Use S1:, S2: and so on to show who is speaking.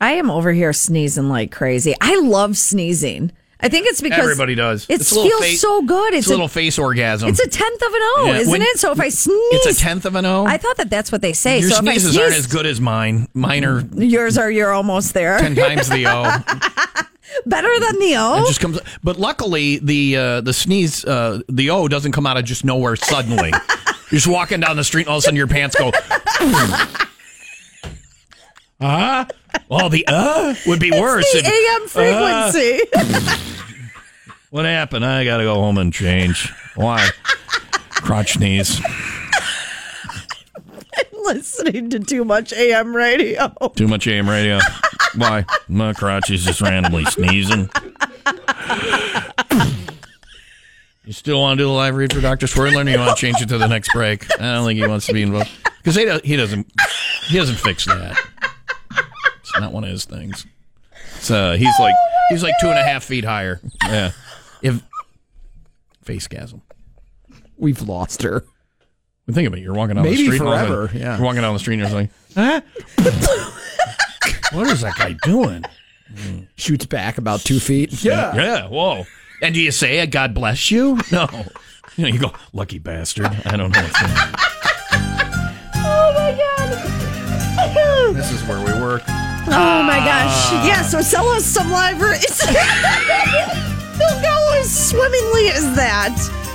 S1: I am over here sneezing like crazy. I love sneezing. I think it's because
S2: Everybody does.
S1: It
S2: a little
S1: feels
S2: fa-
S1: so good.
S2: It's,
S1: It's,
S2: a
S1: a,
S2: little face orgasm.
S1: it's a tenth of an O,
S2: Yeah,
S1: isn't
S2: when-
S1: it? So if I sneeze,
S2: It's a tenth of an O.
S1: I thought that that's what they say.
S2: Your
S1: so
S2: sneezes
S1: if I
S2: aren't
S1: sneeze,
S2: as good as mine. Mine are
S1: yours are you're almost there.
S2: ten times the O. It
S1: Better than the O.
S2: just comes. But luckily, the uh, the sneeze, uh, the O doesn't come out of just nowhere suddenly. You're just walking down the street, and all of a sudden your pants go. Ah, well, the uh would be worse.
S1: the
S2: if-
S1: AM frequency.
S2: Ah. What happened? I gotta go home and change. Why? Crotch sneeze.
S1: Listening to too much AM radio. Oh
S2: Too much AM radio. Why? My crotch is just randomly sneezing. You still want to do the live read for Dr. Swirler or you want to change it to the next break? I don't think he wants to be involved. Because he, do- he doesn't he doesn't fix that. It's not one of his things. So he's like he's like two and a half feet higher. Yeah. If face gasm.
S3: We've lost her.
S2: But think of it. You're walking down the
S3: Maybe
S2: street. and all of a
S3: forever,
S2: sudden-
S3: yeah.
S2: You're walking down the street and you're just like, huh? what is that guy doing?
S3: Shoots back about two feet.
S2: Yeah. Whoa. And do you say it? God bless you? No. You know, you go, lucky bastard. I don't know what's going on.
S1: Oh my god.
S2: This is where we work.
S1: Oh my
S2: Ah.
S1: gosh. Yeah, so sell us some live reads. They'll go as swimmingly as that.